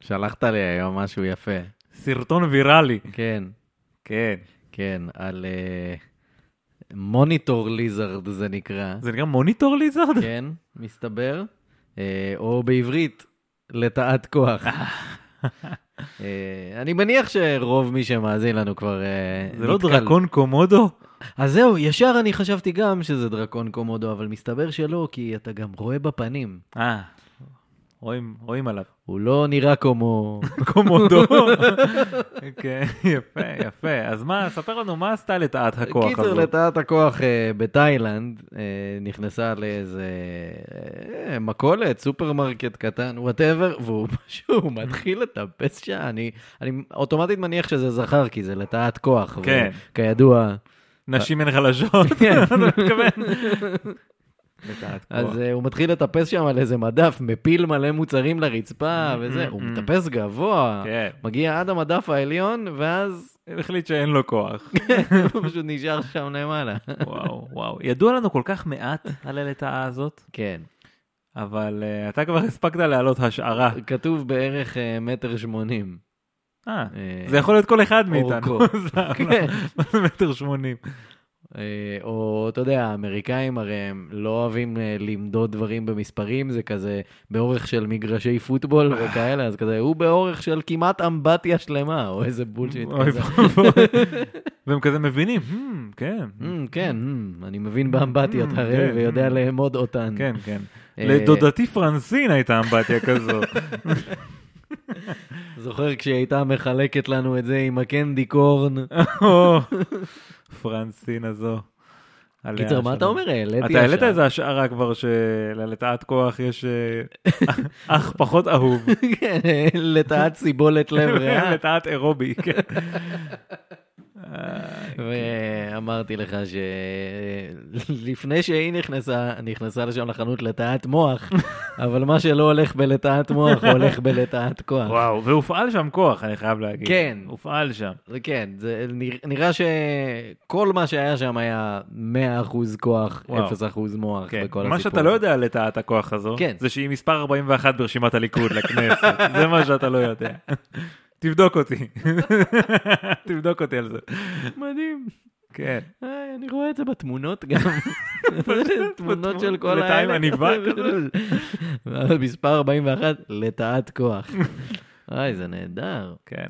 שלחת לי היום משהו יפה. סרטון ויראלי. כן, כן. כן, על מוניטור ליזרד זה נקרא. זה נקרא מוניטור ליזרד? כן, מסתבר. אה, או בעברית, לטאת כוח. אה, אני מניח שרוב מי שמאזין לנו כבר אה, זה לא נתקל. דרקון קומודו? אז זהו, ישר אני חשבתי גם שזה דרקון קומודו, אבל מסתבר שלא, כי אתה גם רואה בפנים. אה, רואים רואים עליו. הוא לא נראה כמו... קומודו. כן, יפה, יפה. אז מה, ספר לנו מה עשתה לטעת הכוח קיצר, הזאת. לטאת הכוח אה, בתאילנד אה, נכנסה לאיזה אה, מכולת, סופרמרקט קטן, וואטאבר, והוא פשוט מתחיל לטפס שם. אני, אני אוטומטית מניח שזה זכר, כי זה לטאת כוח. כן. וכידוע, נשים הן חלשות. כן. אתה מתכוון? לטעת כוח. אז אה, הוא מתחיל לטפס שם על איזה מדף, מפיל מלא מוצרים לרצפה וזה, הוא מטפס גבוה, Mm-hmm, כן. מגיע עד המדף העליון, ואז החליט שאין לו כוח. הוא פשוט נשאר שם למעלה. וואו, וואו. ידוע לנו כל כך מעט על הלטאה הזאת, כן. אבל אה, אתה כבר הספקת להעלות השערה. כתוב בערך אה, מטר שמונים. אה, אה, זה יכול להיות כל אחד מאיתנו. אורכו. זה כן. מטר שמונים. אה, או אתה יודע, האמריקאים הרי הם לא אוהבים אה, למדוד דברים במספרים, זה כזה באורך של מגרשי פוטבול וכאלה, אז כזה, הוא באורך של כמעט אמבטיה שלמה, או איזה בולשיט אוי כזה. ואבוי. והם כזה מבינים, "Hmm, כן, "אמ, כן, אמ, אני מבין באמבטיות אמ, הרי, כן, ויודע אמ. לאמוד אותן. כן, כן. אה, לדודתי פרנסין הייתה אמבטיה כזאת. זוכר כשהיא הייתה מחלקת לנו את זה עם הקנדי קורן? או, פרנסין הזו. עליה קיצר, מה אתה השלום. אומר? העליתי אתה העלית עכשיו. איזה השערה כבר שללטאת כוח יש אה, אח פחות אהוב. כן, לטעת סיבולת לב ריאה. לטאת אירובי, כן. אה, ואמרתי לך שלפני שהיא נכנסה, נכנסה לשם לחנות לטעת מוח, אבל מה שלא הולך בלטעת מוח, הולך בלטעת כוח. וואו, והופעל שם כוח, אני חייב להגיד. כן. הופעל שם. כן, זה נרא- נראה שכל מה שהיה שם היה 100% כוח, וואו. 0% מוח כן. בכל הסיפור. מה שאתה לא יודע על לטאת הכוח הזו, כן. זה שהיא מספר 41 ברשימת הליכוד לכנסת. זה מה שאתה לא יודע. תבדוק אותי. תבדוק אותי על זה. מדהים. כן. אה, אני רואה את זה בתמונות גם. תמונות של כל לטאה עם האלה. עניבה כזה. מספר 41, לטעת כוח. אוי, זה נהדר. כן.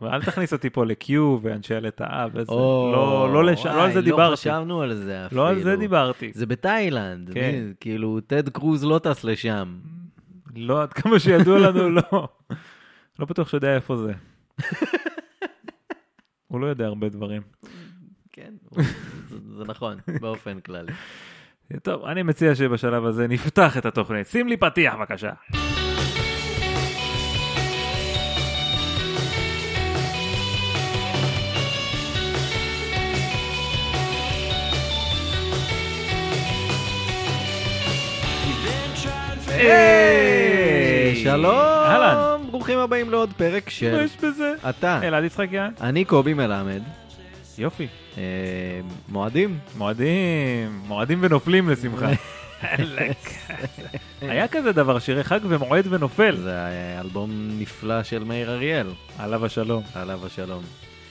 אבל אל תכניס אותי פה ל-Q ואנשי הלטאה וזה. או, לא לא לש- לא על וואי, זה לא דיברתי. חשבנו על זה אפילו. לא על זה דיברתי. זה בתאילנד, כן. מי- כאילו, טד קרוז לא טס לשם. לא, עד כמה שידוע לנו, לא. לא בטוח שיודע איפה זה. הוא לא יודע הרבה דברים. כן, זה- זה נכון, באופן כללי. טוב, אני מציע שבשלב הזה נפתח את התוכנית. שים לי פתיח, בבקשה. היי! אהלן. שלום, כן. ברוכים הבאים לעוד פרק מה של יש בזה? אתה. אלעד יצחקיאן. אני קובי מלמד, יופי. אה, מועדים. מועדים, מועדים ונופלים לשמחה. היה כזה דבר, שירי חג ומועד ונופל. זה אה, אלבום נפלא של מאיר אריאל, עליו השלום. עליו השלום.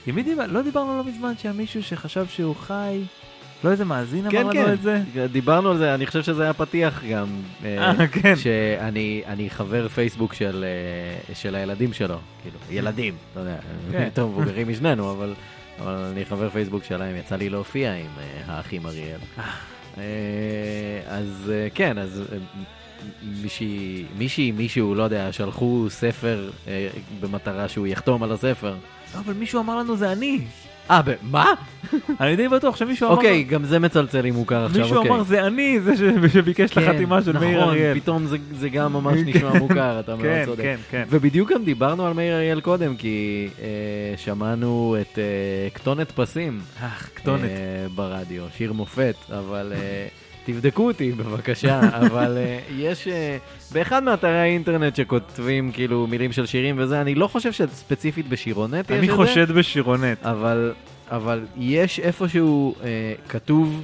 עם מי דיבר- לא דיברנו לא מזמן שהיה מישהו שחשב שהוא חי, לא איזה מאזין אמר כן, לנו כן, את זה? דיברנו על זה, אני חושב שזה היה פתיח גם. אה, אה, כן. שאני אני חבר פייסבוק של, אה, של הילדים שלו, כאילו, ילדים, אתה יודע, כן. הם יותר מבוגרים משנינו, אבל, אבל אני חבר פייסבוק שלהם, יצא לי להופיע עם אה, האחים אריאל. אה, אז אה, כן, אז אה, מ- מישהי, מישהי, מישהו, לא יודע, שלחו ספר אה, במטרה שהוא יחתום על הספר. לא, אבל מישהו אמר לנו זה אני. אה, ב- מה? לא, אני די בטוח שמישהו אמר... אוקיי, גם זה מצלצל לי מוכר עכשיו, לא, מישהו אוקיי. כן, אמר זה אני, זה ש- שביקש את החתימה של מאיר אריאל. נכון, פתאום זה, זה גם ממש נשמע מוכר, אתה מאוד כן, צודק. כן, כן. ובדיוק גם דיברנו על מאיר אריאל קודם, כי אה, שמענו את אה, כתונת פסים אה, כתונת. אה, ברדיו, שיר מופת, אבל אה, תבדקו אותי בבקשה, אבל אה, יש, אה, באחד מאתרי האינטרנט שכותבים כאילו מילים של שירים וזה, אני לא חושב שספציפית בשירונט יש את אני זה. חושד בשירונט. אבל, אבל יש איפשהו אה, כתוב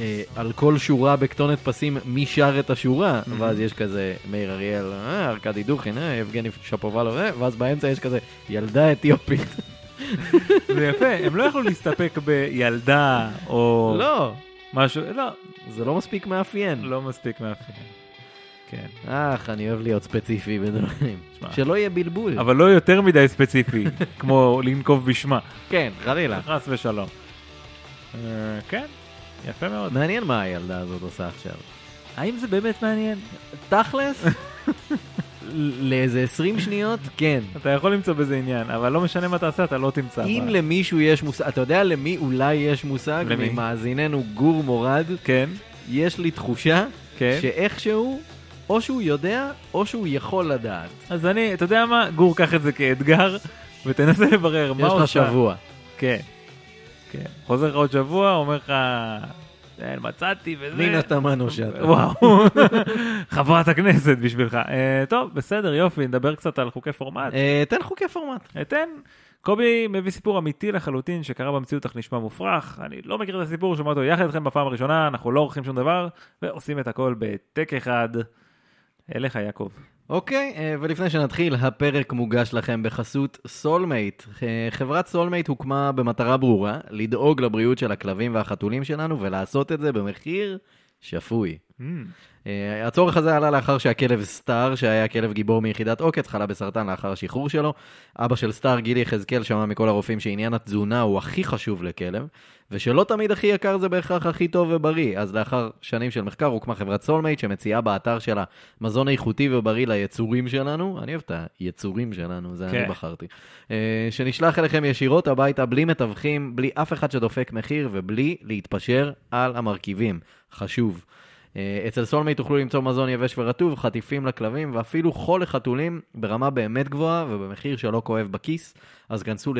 אה, על כל שורה בכתונת פסים מי שר את השורה, Mm-hmm. ואז יש כזה מאיר אריאל, אה, ארכדי דוכין, אה, יבגני שפובלוב, אה, ואז באמצע יש כזה ילדה אתיופית. זה יפה, הם לא יכלו להסתפק בילדה או לא, משהו, לא, זה לא מספיק מאפיין. לא מספיק מאפיין. כן. אך, אני אוהב להיות ספציפי בדברים. תשמע. שלא יהיה בלבול. אבל לא יותר מדי ספציפי, כמו לנקוב בשמה, כן, חלילה. חס ושלום. אה, כן, יפה מאוד. מעניין מה הילדה הזאת עושה עכשיו. האם זה באמת מעניין? תכלס, לאיזה 20 שניות, כן. אתה יכול למצוא בזה עניין, אבל לא משנה מה תעשה, אתה לא תמצא. אם אבל- למישהו יש מושג, אתה יודע למי אולי יש מושג? למי? ממאזיננו גור מורד, כן, יש לי תחושה כן. שאיכשהו, או שהוא יודע, או שהוא יכול לדעת. אז אני, אתה יודע מה? גור, קח את זה כאתגר, ותנסה לברר מה יש עושה. לך שבוע. כן. כן. חוזר לך עוד שבוע, אומר לך, "אה, מצאתי וזה. פנינה תמנו שאתה. וואו, חברת הכנסת בשבילך. אה, טוב, בסדר, יופי, נדבר קצת על חוקי פורמט. אה, תן חוקי פורמט. אתן. קובי מביא סיפור אמיתי לחלוטין שקרה במציאות אך נשמע מופרך. אני לא מכיר את הסיפור, שומע אותו יחד איתכם בפעם הראשונה, אנחנו לא עורכים שום דבר, ועושים את הכל בטק אחד. אליך, יעקב. אוקיי, אה, ולפני שנתחיל, הפרק מוגש לכם בחסות סולמייט. אה, חברת סולמייט הוקמה במטרה ברורה, לדאוג לבריאות של הכלבים והחתולים שלנו, ולעשות את זה במחיר שפוי. אה, הצורך הזה עלה לאחר שהכלב סטאר, שהיה כלב גיבור מיחידת עוקץ, חלה בסרטן לאחר השחרור שלו. אבא של סטאר, גילי יחזקאל, שמע מכל הרופאים שעניין התזונה הוא הכי חשוב לכלב, ושלא תמיד הכי יקר זה בהכרח הכי טוב ובריא. אז לאחר שנים של מחקר הוקמה חברת סולמייט, שמציעה באתר שלה מזון איכותי ובריא ליצורים שלנו. אני אוהב את היצורים שלנו, זה אני כן. בחרתי. אה, שנשלח אליכם ישירות הביתה, בלי מתווכים, בלי אף אחד שדופק מחיר ובלי להתפשר על המרכיבים. חשוב. אה, אצל סולמי תוכלו למצוא מזון יבש ורטוב, חטיפים לכלבים ואפילו חול לחתולים ברמה באמת גבוהה ובמחיר שלא כואב בכיס. אז כנסו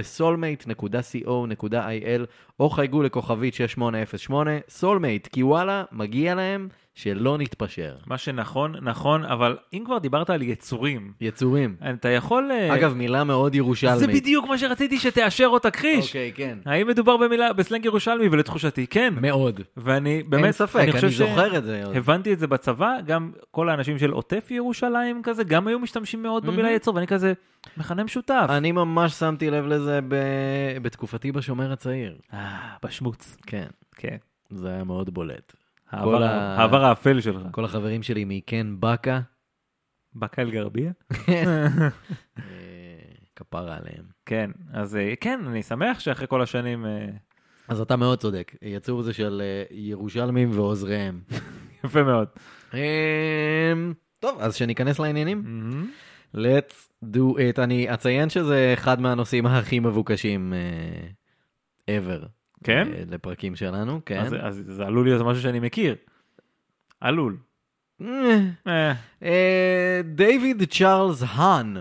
לסולמייט.co.il או חייגו לכוכבית 6808, סולמייט, כי וואלה, מגיע להם שלא נתפשר. מה שנכון, נכון, אבל אם כבר דיברת על יצורים, יצורים. אתה יכול... אה, אגב, מילה מאוד ירושלמית. זה בדיוק מה שרציתי שתאשר אותה, קריש. אוקיי, כן. האם מדובר במילה, בסלנג ירושלמי, ולתחושתי, כן. מאוד. ואני באמת, אין ספק, חושב אני ש- זוכר את זה. עוד. הבנתי את זה בצבא, גם כל האנשים של עוטף ירושלים כזה, גם היו משתמשים מאוד במילה Mhm. יצור, ואני כזה, מכנה משותף. אני ממש שמתי לב לזה ב- בתקופתי בשומר הצעיר. אה, בשמוץ. כן, כן. זה היה מאוד בולט. העבר ה- העבר האפל שלך. כל החברים שלי מכן בקה, באקה אל גרבייה? אה, כפרה עליהם. כן, אז אה, כן, אני שמח שאחרי כל השנים... אה, אז אתה מאוד צודק, יצאו זה של אה, ירושלמים ועוזריהם. יפה מאוד. אמ, טוב, אז שניכנס לעניינים. let's do it. אני אציין שזה אחד מהנושאים הכי מבוקשים אה, ever. כן? אה, לפרקים שלנו, כן. אז- אז זה עלול להיות משהו שאני מכיר. עלול. אה, אה, אה, דייוויד צ'ארלס האן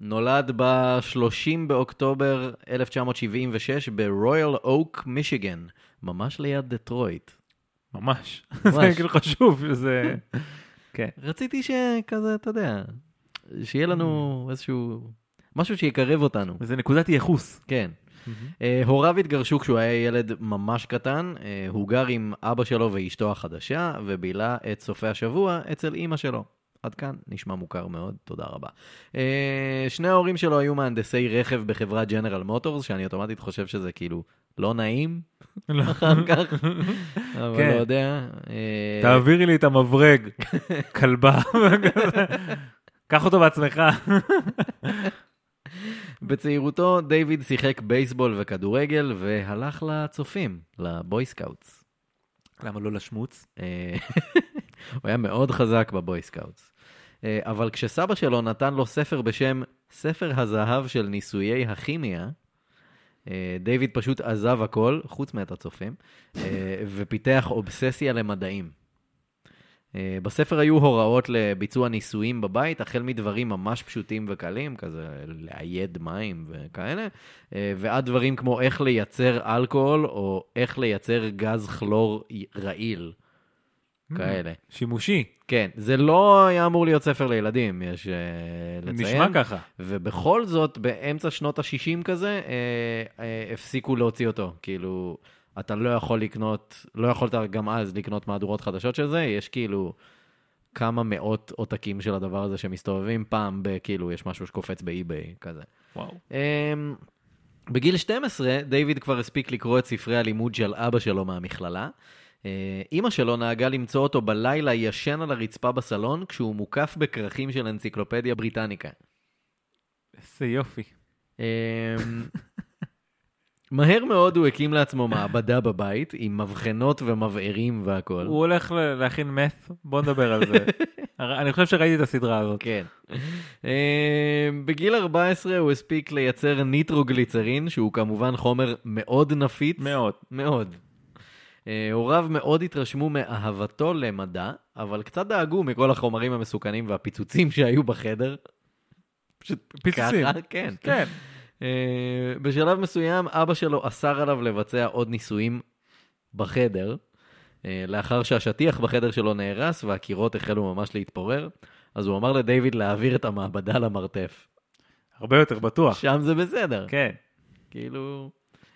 נולד ב-30 באוקטובר 1976 ברויאל אוק, מישיגן, ממש ליד דטרויט. ממש. ממש. זה כאילו חשוב, זה... כן. רציתי שכזה, אתה יודע, שיהיה לנו איזשהו... משהו שיקרב אותנו, זה נקודת ייחוס. כן. אה, הוריו התגרשו כשהוא היה ילד ממש קטן, אה, הוא גר עם אבא שלו ואשתו החדשה, ובילה את סופי השבוע אצל אימא שלו. עד כאן, נשמע מוכר מאוד, תודה רבה. אה, שני ההורים שלו היו מהנדסי רכב בחברת ג'נרל מוטורס, שאני אוטומטית חושב שזה כאילו לא נעים לא. אחר כך, אבל כן. לא יודע. אה, תעבירי לי את המברג, כלבה. קח אותו בעצמך. בצעירותו דיוויד שיחק בייסבול וכדורגל והלך לצופים, לבוי סקאוטס. למה לא לשמוץ? אה, הוא היה מאוד חזק בבוי סקאוטס. אה, אבל כשסבא שלו נתן לו ספר בשם ספר הזהב של ניסויי הכימיה, אה, דיוויד פשוט עזב הכל, חוץ מאת הצופים, אה, ופיתח אובססיה למדעים. אה, בספר היו הוראות לביצוע ניסויים בבית, החל מדברים ממש פשוטים וקלים, כזה לאייד מים וכאלה, אה, ועד דברים כמו איך לייצר אלכוהול, או איך לייצר גז כלור רעיל, כאלה. Mm, שימושי, כן, זה לא היה אמור להיות ספר לילדים, יש אה, לציין. נשמע ככה. ובכל זאת, באמצע שנות ה-60 כזה, אה, אה, הפסיקו להוציא אותו. כאילו, אתה לא יכול לקנות, לא יכולת גם אז לקנות מהדורות חדשות של זה, יש כאילו כמה מאות עותקים של הדבר הזה שמסתובבים פעם בכאילו, יש משהו שקופץ באי-ביי כזה. וואו. אמ, בגיל 12, דיוויד כבר הספיק לקרוא את ספרי הלימוד של אבא שלו מהמכללה. אה, אימא שלו נהגה למצוא אותו בלילה ישן על הרצפה בסלון, כשהוא מוקף בכרכים של אנציקלופדיה בריטניקה. איזה יופי. אמ, מהר מאוד הוא הקים לעצמו מעבדה בבית, עם מבחנות ומבערים והכול. הוא הולך ל- להכין מת, בוא נדבר על זה. הר- אני חושב שראיתי את הסדרה הזאת. כן. אה, בגיל 14 הוא הספיק לייצר ניטרוגליצרין, שהוא כמובן חומר מאוד נפיץ. מאוד. מאוד. אה, הוריו מאוד התרשמו מאהבתו למדע, אבל קצת דאגו מכל החומרים המסוכנים והפיצוצים שהיו בחדר. פשוט פיצוצים. ככה, כן. כן. אה, בשלב מסוים אבא שלו אסר עליו לבצע עוד ניסויים בחדר, אה, לאחר שהשטיח בחדר שלו נהרס והקירות החלו ממש להתפורר, אז הוא אמר לדיוויד להעביר את המעבדה למרתף. הרבה יותר בטוח. שם זה בסדר. אה. כן. כאילו,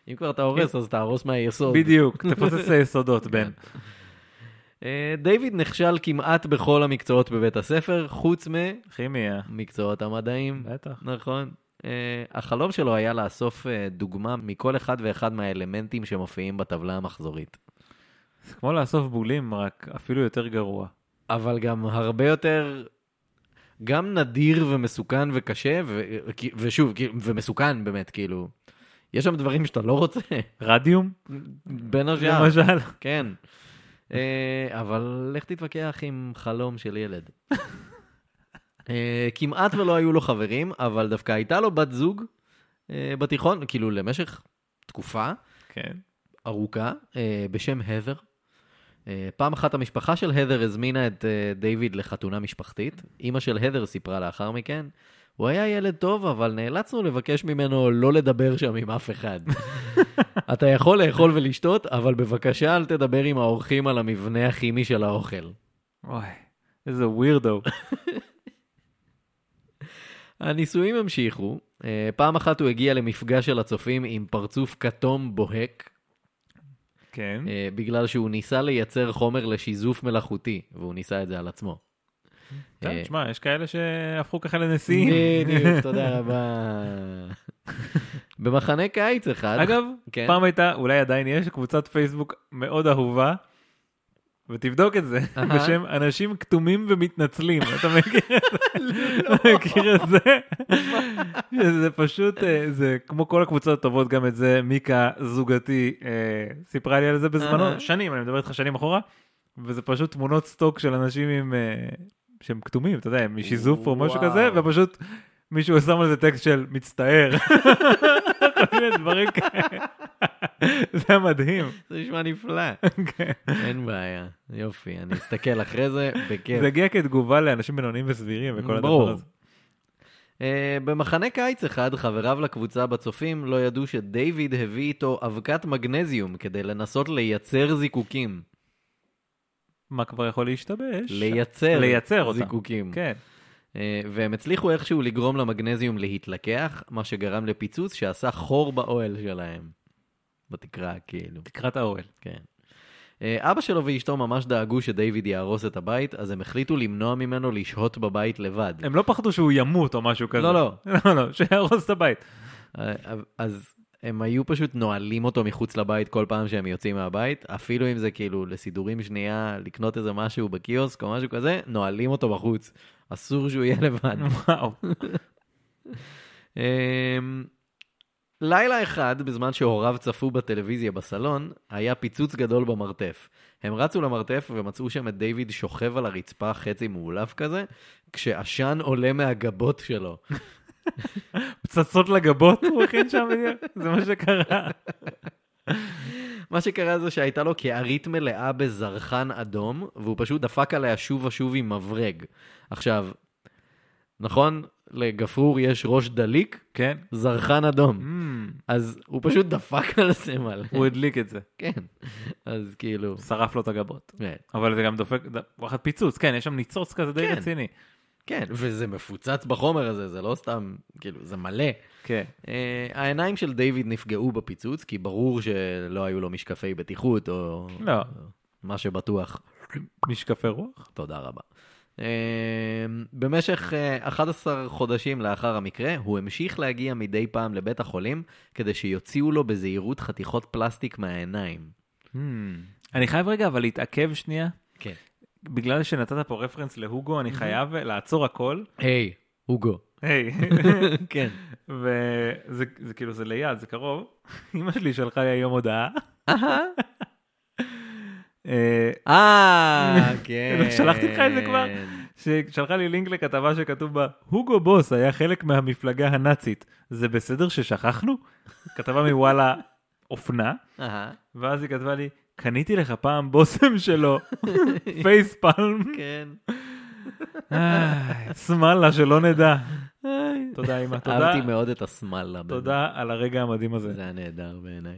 אם כבר אתה הורס אז תהרוס מהיסוד. בדיוק. תפוצץ ליסודות, בן. אה, דיוויד נכשל כמעט בכל המקצועות בבית הספר, חוץ כימיה. ממקצועות המדעים. בטח. נכון. אה, החלום שלו היה לאסוף אה, דוגמה מכל אחד ואחד מהאלמנטים שמופיעים בטבלה המחזורית. זה כמו לאסוף בולים, רק אפילו יותר גרוע. אבל גם הרבה יותר, גם נדיר ומסוכן וקשה, ו- ושוב, כאילו, ומסוכן באמת, כאילו, יש שם דברים שאתה לא רוצה, רדיום? בין השאר, למשל. כן. אה, אבל לך תתווכח עם חלום של ילד. אה, כמעט ולא היו לו חברים, אבל דווקא הייתה לו בת זוג אה, בתיכון, כאילו למשך תקופה. כן. ארוכה אה, בשם הבר. אה, פעם אחת המשפחה של הדר הזמינה את אה, דיוויד לחתונה משפחתית. אימא של הדר סיפרה לאחר מכן, הוא היה ילד טוב, אבל נאלצנו לבקש ממנו לא לדבר שם עם אף אחד. אתה יכול לאכול ולשתות, אבל בבקשה אל תדבר עם האורחים על המבנה הכימי של האוכל. אוי, איזה ווירדו. הניסויים המשיכו. אה, פעם אחת הוא הגיע למפגש של הצופים עם פרצוף כתום בוהק. כן. אה, בגלל שהוא ניסה לייצר חומר לשיזוף מלאכותי, והוא ניסה את זה על עצמו. כן, אה, תשמע, יש כאלה שהפכו ככה לנשיאים. בדיוק, תודה רבה. במחנה קיץ אחד, אגב, כן. פעם הייתה, אולי עדיין יש, קבוצת פייסבוק מאוד אהובה, ותבדוק את זה, אהה. בשם אנשים כתומים ומתנצלים. אתה מכיר את זה? לא. אתה מכיר את זה? זה פשוט, אה, זה כמו כל הקבוצות הטובות, גם את זה מיקה זוגתי אה, סיפרה לי על זה אהה. בזמנו, שנים, אני מדבר איתך שנים אחורה, וזה פשוט תמונות סטוק של אנשים עם... אה, שהם כתומים, אתה יודע, הם משיזוף או משהו וואו. כזה, ופשוט מישהו שם על זה טקסט של מצטער. כל מיני דברים כאלה. זה היה מדהים. זה נשמע נפלא. כן. אין בעיה, יופי, אני אסתכל אחרי זה בכיף. זה הגיע כתגובה לאנשים בינוניים וסבירים וכל כן. ברור. הדבר הזה. אה, במחנה קיץ אחד, חבריו לקבוצה בצופים לא ידעו שדיוויד הביא איתו אבקת מגנזיום כדי לנסות לייצר זיקוקים. מה כבר יכול להשתבש? לייצר לייצר אותה. זיקוקים. כן. אה, והם הצליחו איכשהו לגרום למגנזיום להתלקח, מה שגרם לפיצוץ שעשה חור באוהל שלהם. בתקרה, כאילו. תקרת האוהל. כן. אה, אבא שלו ואשתו ממש דאגו שדיוויד יהרוס את הבית, אז הם החליטו למנוע ממנו לשהות בבית לבד. הם לא פחדו שהוא ימות או משהו כזה. לא, לא. לא, לא, שיהרוס את הבית. אה, אז הם היו פשוט נועלים אותו מחוץ לבית כל פעם שהם יוצאים מהבית, אפילו אם זה כאילו לסידורים שנייה, לקנות איזה משהו בקיוסק או משהו כזה, נועלים אותו בחוץ. אסור שהוא יהיה לבד. וואו. אמ, לילה אחד, בזמן שהוריו צפו בטלוויזיה בסלון, היה פיצוץ גדול במרתף. הם רצו למרתף ומצאו שם את דיוויד שוכב על הרצפה חצי מעולף כזה, כשעשן עולה מהגבות שלו. פצצות לגבות הוא הכין שם, בדיוק. זה מה שקרה. מה שקרה זה שהייתה לו קערית מלאה בזרחן אדום, והוא פשוט דפק עליה שוב ושוב עם מברג. עכשיו, נכון? לגפרור יש ראש דליק, כן. זרחן אדום. אמ, אז הוא פשוט דפק על זה מלא. הוא הדליק את זה. כן. אז כאילו... שרף לו את הגבות. כן. אבל זה גם דופק, ד- וואחד פיצוץ, כן, יש שם ניצוץ כזה די כן. רציני. כן, וזה מפוצץ בחומר הזה, זה לא סתם, כאילו, זה מלא. כן. אה, העיניים של דיוויד נפגעו בפיצוץ, כי ברור שלא היו לו משקפי בטיחות, או לא, מה שבטוח. משקפי רוח? תודה רבה. אה, במשך אה, 11 חודשים לאחר המקרה, הוא המשיך להגיע מדי פעם לבית החולים, כדי שיוציאו לו בזהירות חתיכות פלסטיק מהעיניים. Hmm. אני חייב רגע אבל להתעכב שנייה. כן. בגלל שנתת פה רפרנס להוגו, אני חייב אה, לעצור הכל. היי, הוגו. Mhm. היי. כן. וזה זה כאילו, זה ליד, זה קרוב. אמא שלי שלחה לי היום הודעה. אה, אה, כן. שלחתי לך את זה כבר? ששלחה לי לינק לכתבה שכתוב בה, הוגו בוס היה חלק מהמפלגה הנאצית, זה בסדר ששכחנו? כתבה מוואלה אופנה, אהה, ואז היא כתבה לי, קניתי לך פעם בושם שלו, פייספלם, כן. איי, שמאללה שלא נדע. היי. תודה אמא, תודה, אהבתי מאוד את השמאללה. באמת. תודה על הרגע המדהים הזה. זה היה נהדר בעיניי.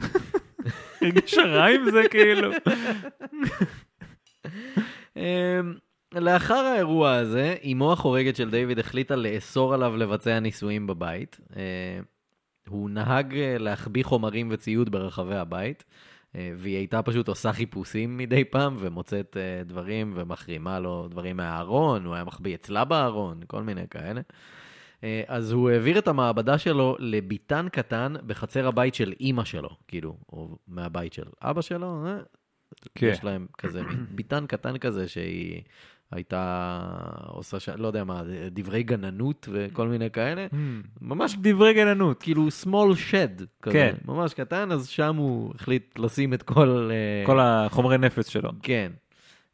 הרגישה רע עם זה כאילו. אמ, לאחר האירוע הזה, אמו החורגת של דיוויד החליטה לאסור עליו לבצע ניסויים בבית. אה, הוא נהג אה, להחביא חומרים וציוד ברחבי הבית, אה, והיא הייתה פשוט עושה חיפושים מדי פעם, ומוצאת אה, דברים ומחרימה לו דברים מהארון, הוא היה מחביא אצלה בארון, כל מיני כאלה. אה, אז הוא העביר את המעבדה שלו לביתן קטן בחצר הבית של אימא שלו, כאילו, או מהבית של אבא שלו, אה, כן. יש להם כזה, מין ביתן קטן כזה שהיא הייתה עושה, ש... לא יודע מה, דברי גננות וכל מיני כאלה. ממש דברי גננות. כאילו small shed כזה, כן. ממש קטן, אז שם הוא החליט לשים את כל... אה, כל החומרי נפץ שלו. כן.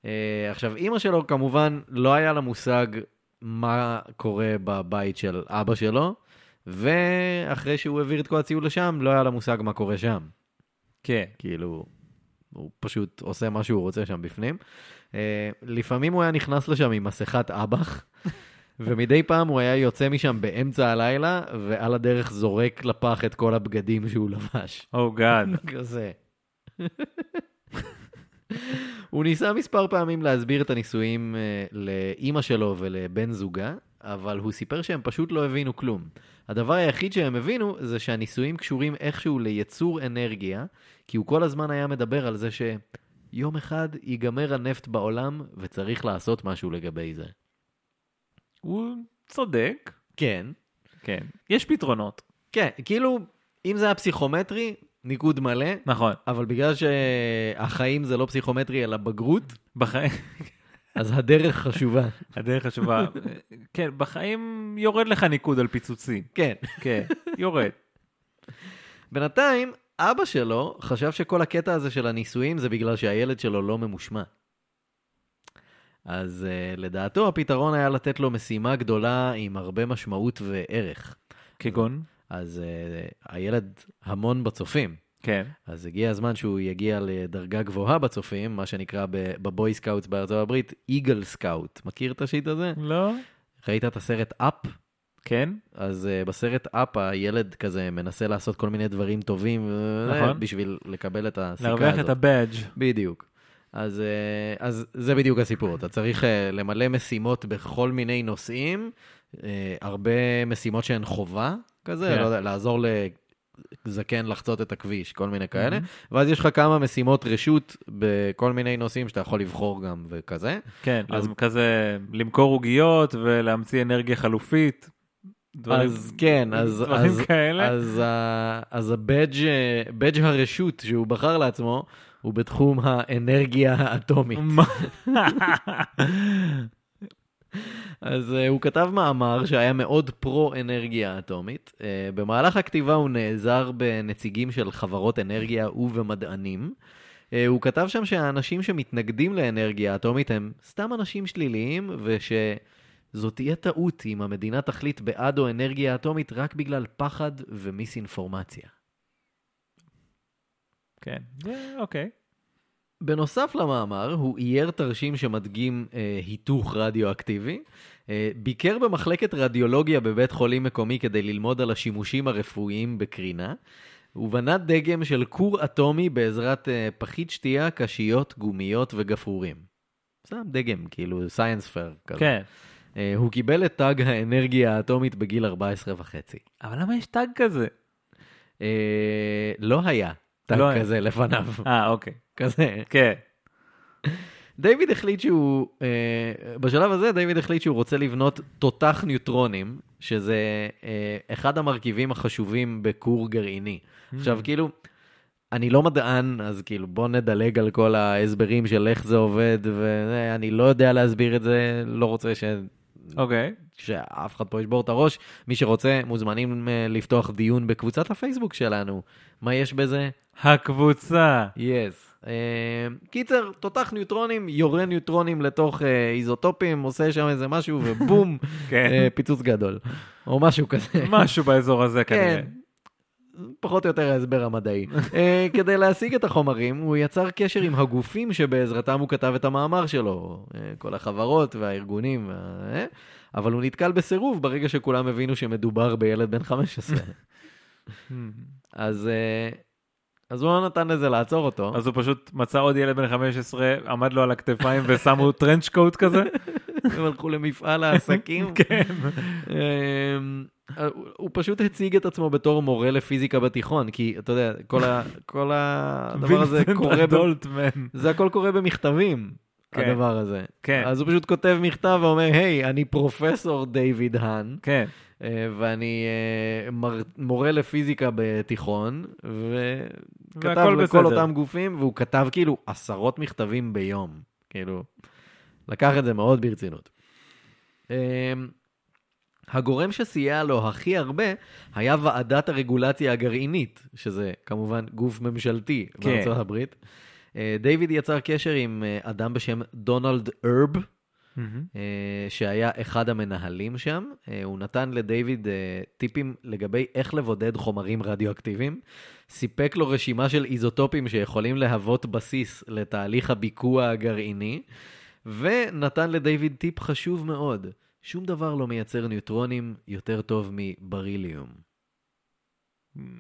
אה, עכשיו, אימא שלו כמובן לא היה לה מושג מה קורה בבית של אבא שלו, ואחרי שהוא העביר את כל הציוד לשם, לא היה לה מושג מה קורה שם. כן. כאילו, הוא פשוט עושה מה שהוא רוצה שם בפנים. אה, לפעמים הוא היה נכנס לשם עם מסכת אב"ח, ומדי פעם הוא היה יוצא משם באמצע הלילה, ועל הדרך זורק לפח את כל הבגדים שהוא לבש. או גאד. כזה. הוא ניסה מספר פעמים להסביר את הניסויים אה, לאימא שלו ולבן זוגה, אבל הוא סיפר שהם פשוט לא הבינו כלום. הדבר היחיד שהם הבינו זה שהניסויים קשורים איכשהו ליצור אנרגיה, כי הוא כל הזמן היה מדבר על זה שיום אחד ייגמר הנפט בעולם וצריך לעשות משהו לגבי זה. הוא צודק. כן. כן. יש פתרונות. כן, כאילו, אם זה היה פסיכומטרי, ניקוד מלא, נכון. אבל בגלל שהחיים זה לא פסיכומטרי אלא בגרות, בחיים, אז הדרך חשובה. הדרך חשובה. כן, בחיים יורד לך ניקוד על פיצוצים. כן. כן, יורד. בינתיים, אבא שלו חשב שכל הקטע הזה של הניסויים זה בגלל שהילד שלו לא ממושמע. אז uh, לדעתו הפתרון היה לתת לו משימה גדולה עם הרבה משמעות וערך. כגון? אז uh, הילד המון בצופים, כן. אז הגיע הזמן שהוא יגיע לדרגה גבוהה בצופים, מה שנקרא ב- בבוי סקאוטס בארצות הברית, איגל סקאוט. מכיר את השיט הזה? לא? ראית את הסרט אפ? כן? אז uh, בסרט אפ הילד כזה מנסה לעשות כל מיני דברים טובים נכון. נכון. בשביל לקבל את הסיכה הזאת. להרוויח את הבאג'. בדיוק. אז, אה, אז זה בדיוק הסיפור, אתה צריך אה, למלא משימות בכל מיני נושאים, אה, הרבה משימות שהן חובה כזה, כן. לא יודע, לעזור לזקן לחצות את הכביש, כל מיני כאלה, Mm-hmm. ואז יש לך כמה משימות רשות בכל מיני נושאים שאתה יכול לבחור גם וכזה. כן, אז- אז כזה למכור עוגיות ולהמציא אנרגיה חלופית. דברים- אז כן, אז... דברים אז- כאלה. אז, ה- אז הבאג' בדג' הרשות שהוא בחר לעצמו, הוא בתחום האנרגיה האטומית. מה? אז uh, הוא כתב מאמר שהיה מאוד פרו-אנרגיה אטומית. Uh, במהלך הכתיבה הוא נעזר בנציגים של חברות אנרגיה ובמדענים. Uh, הוא כתב שם שהאנשים שמתנגדים לאנרגיה אטומית הם סתם אנשים שליליים, ושזאת תהיה טעות אם המדינה תחליט בעד או אנרגיה אטומית רק בגלל פחד ומיסאינפורמציה. כן, זה- אוקיי. בנוסף למאמר, הוא אייר תרשים שמדגים אה, היתוך רדיואקטיבי, אה, ביקר במחלקת רדיולוגיה בבית חולים מקומי כדי ללמוד על השימושים הרפואיים בקרינה, ובנה דגם של כור אטומי בעזרת אה, פחית שתייה, קשיות, גומיות וגפרורים. סתם דגם, כאילו, סיינספר כזה. כן. אה, הוא קיבל את טאג האנרגיה האטומית בגיל 14 וחצי. אבל למה יש טאג כזה? אה, לא היה טאג לא היה. כזה לפניו, אה, אוקיי. כזה. כן. דיוויד החליט שהוא, אה, בשלב הזה דיוויד החליט שהוא רוצה לבנות תותח ניוטרונים, שזה אה, אחד המרכיבים החשובים בכור גרעיני. עכשיו, כאילו, אני לא מדען, אז כאילו, בוא נדלג על כל ההסברים של איך זה עובד, ואני לא יודע להסביר את זה, לא רוצה ש... אוקיי. שאף אחד פה ישבור את הראש. מי שרוצה, מוזמנים אה, לפתוח דיון בקבוצת הפייסבוק שלנו. מה יש בזה? הקבוצה. יס. Yes. Uh, קיצר, תותח ניוטרונים, יורה ניוטרונים לתוך uh, איזוטופים, עושה שם איזה משהו ובום, uh, כן. פיצוץ גדול. או משהו כזה. משהו באזור הזה כנראה. כן. פחות או יותר ההסבר המדעי. uh, כדי להשיג את החומרים, הוא יצר קשר עם הגופים שבעזרתם הוא כתב את המאמר שלו. Uh, כל החברות והארגונים. וה... אה? אבל הוא נתקל בסירוב ברגע שכולם הבינו שמדובר בילד בן 15. אז, uh, אז הוא לא נתן לזה לעצור אותו. אז הוא פשוט מצא עוד ילד בן 15, עמד לו על הכתפיים ושמו טרנץ' קוט כזה. הם הלכו למפעל העסקים. כן. אמ, הוא- הוא פשוט הציג את עצמו בתור מורה לפיזיקה בתיכון, כי אתה יודע, כל ה- כל הדבר הזה וינסטנט קורה, ב- אדולטמן. זה הכל קורה במכתבים, כן. הדבר הזה. כן. אז הוא פשוט כותב מכתב ואומר, היי, אני פרופסור דיוויד האן, כן. אה, ואני אה, מר- מורה לפיזיקה בתיכון, וכתב והכל לכל בסדר. אותם גופים, והוא כתב כאילו עשרות מכתבים ביום. כאילו, לקח את זה מאוד ברצינות. אמ, הגורם שסייע לו הכי הרבה היה ועדת הרגולציה הגרעינית, שזה כמובן גוף ממשלתי כן. בארצות הברית. אה, דיוויד יצר קשר עם אה, אדם בשם דונלד הרב, Mm-hmm. אה, שהיה אחד המנהלים שם. אה, הוא נתן לדיוויד אה, טיפים לגבי איך לבודד חומרים רדיואקטיביים. סיפק לו רשימה של איזוטופים שיכולים להוות בסיס לתהליך הביקוע הגרעיני, ונתן לדיוויד טיפ חשוב מאוד. שום דבר לא מייצר ניוטרונים יותר טוב מבריליום.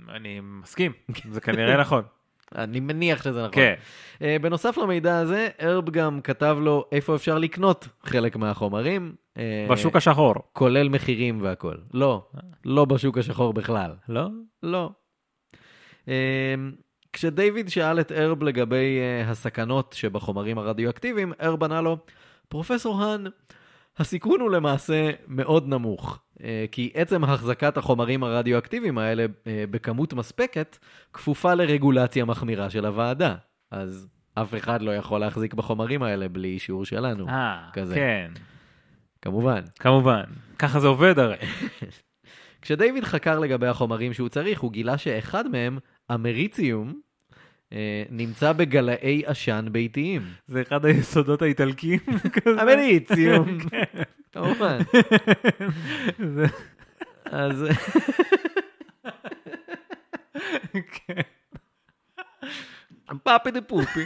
אני מסכים, זה כנראה נכון. אני מניח שזה נכון. כן. אה, בנוסף למידע הזה, הרב גם כתב לו איפה אפשר לקנות חלק מהחומרים. אה, בשוק השחור. כולל מחירים והכול. לא, לא בשוק השחור בכלל. לא? לא. אמ, כשדיוויד שאל את הרב לגבי אה, הסכנות שבחומרים הרדיואקטיביים, הרב ענה לו, פרופסור האן, הסיכון הוא למעשה מאוד נמוך, אה, כי עצם החזקת החומרים הרדיואקטיביים האלה אה, בכמות מספקת, כפופה לרגולציה מחמירה של הוועדה. אז אף אחד לא יכול להחזיק בחומרים האלה בלי אישור שלנו, אה, כזה. כן. כמובן. כמובן. ככה זה עובד הרי. כשדייוויד חקר לגבי החומרים שהוא צריך, הוא גילה שאחד מהם, אמריציום, אה, נמצא בגלאי עשן ביתיים. זה אחד היסודות האיטלקיים. כזה. אמריציום, כמובן. אז כן. פאפה דה פופי.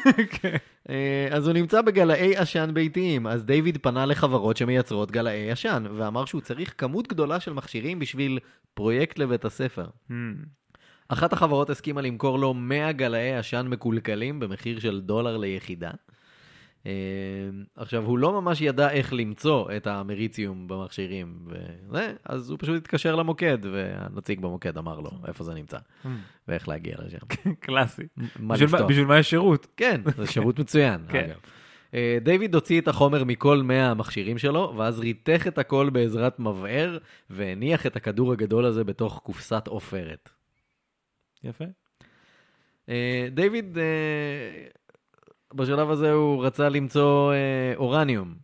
אה, אז הוא נמצא בגלאי עשן ביתיים, אז דיוויד פנה לחברות שמייצרות גלאי עשן, ואמר שהוא צריך כמות גדולה של מכשירים בשביל פרויקט לבית הספר. אמ, אחת החברות הסכימה למכור לו 100 גלאי עשן מקולקלים במחיר של דולר ליחידה. אה, עכשיו, הוא לא ממש ידע איך למצוא את האמריציום במכשירים, וזה, אז הוא פשוט התקשר למוקד, והנציג במוקד אמר לו איפה זה נמצא, ואיך להגיע לשם, אמ, קלאסי. מה בשביל לפתוח. בשביל מה יש שירות? כן, זה שירות מצוין, כן. אגב. אה, דיוויד הוציא את החומר מכל 100 המכשירים שלו, ואז ריתך את הכל בעזרת מבער, והניח את הכדור הגדול הזה בתוך קופסת עופרת. יפה. אה, דיוויד, אה, בשלב הזה הוא רצה למצוא אה, אורניום.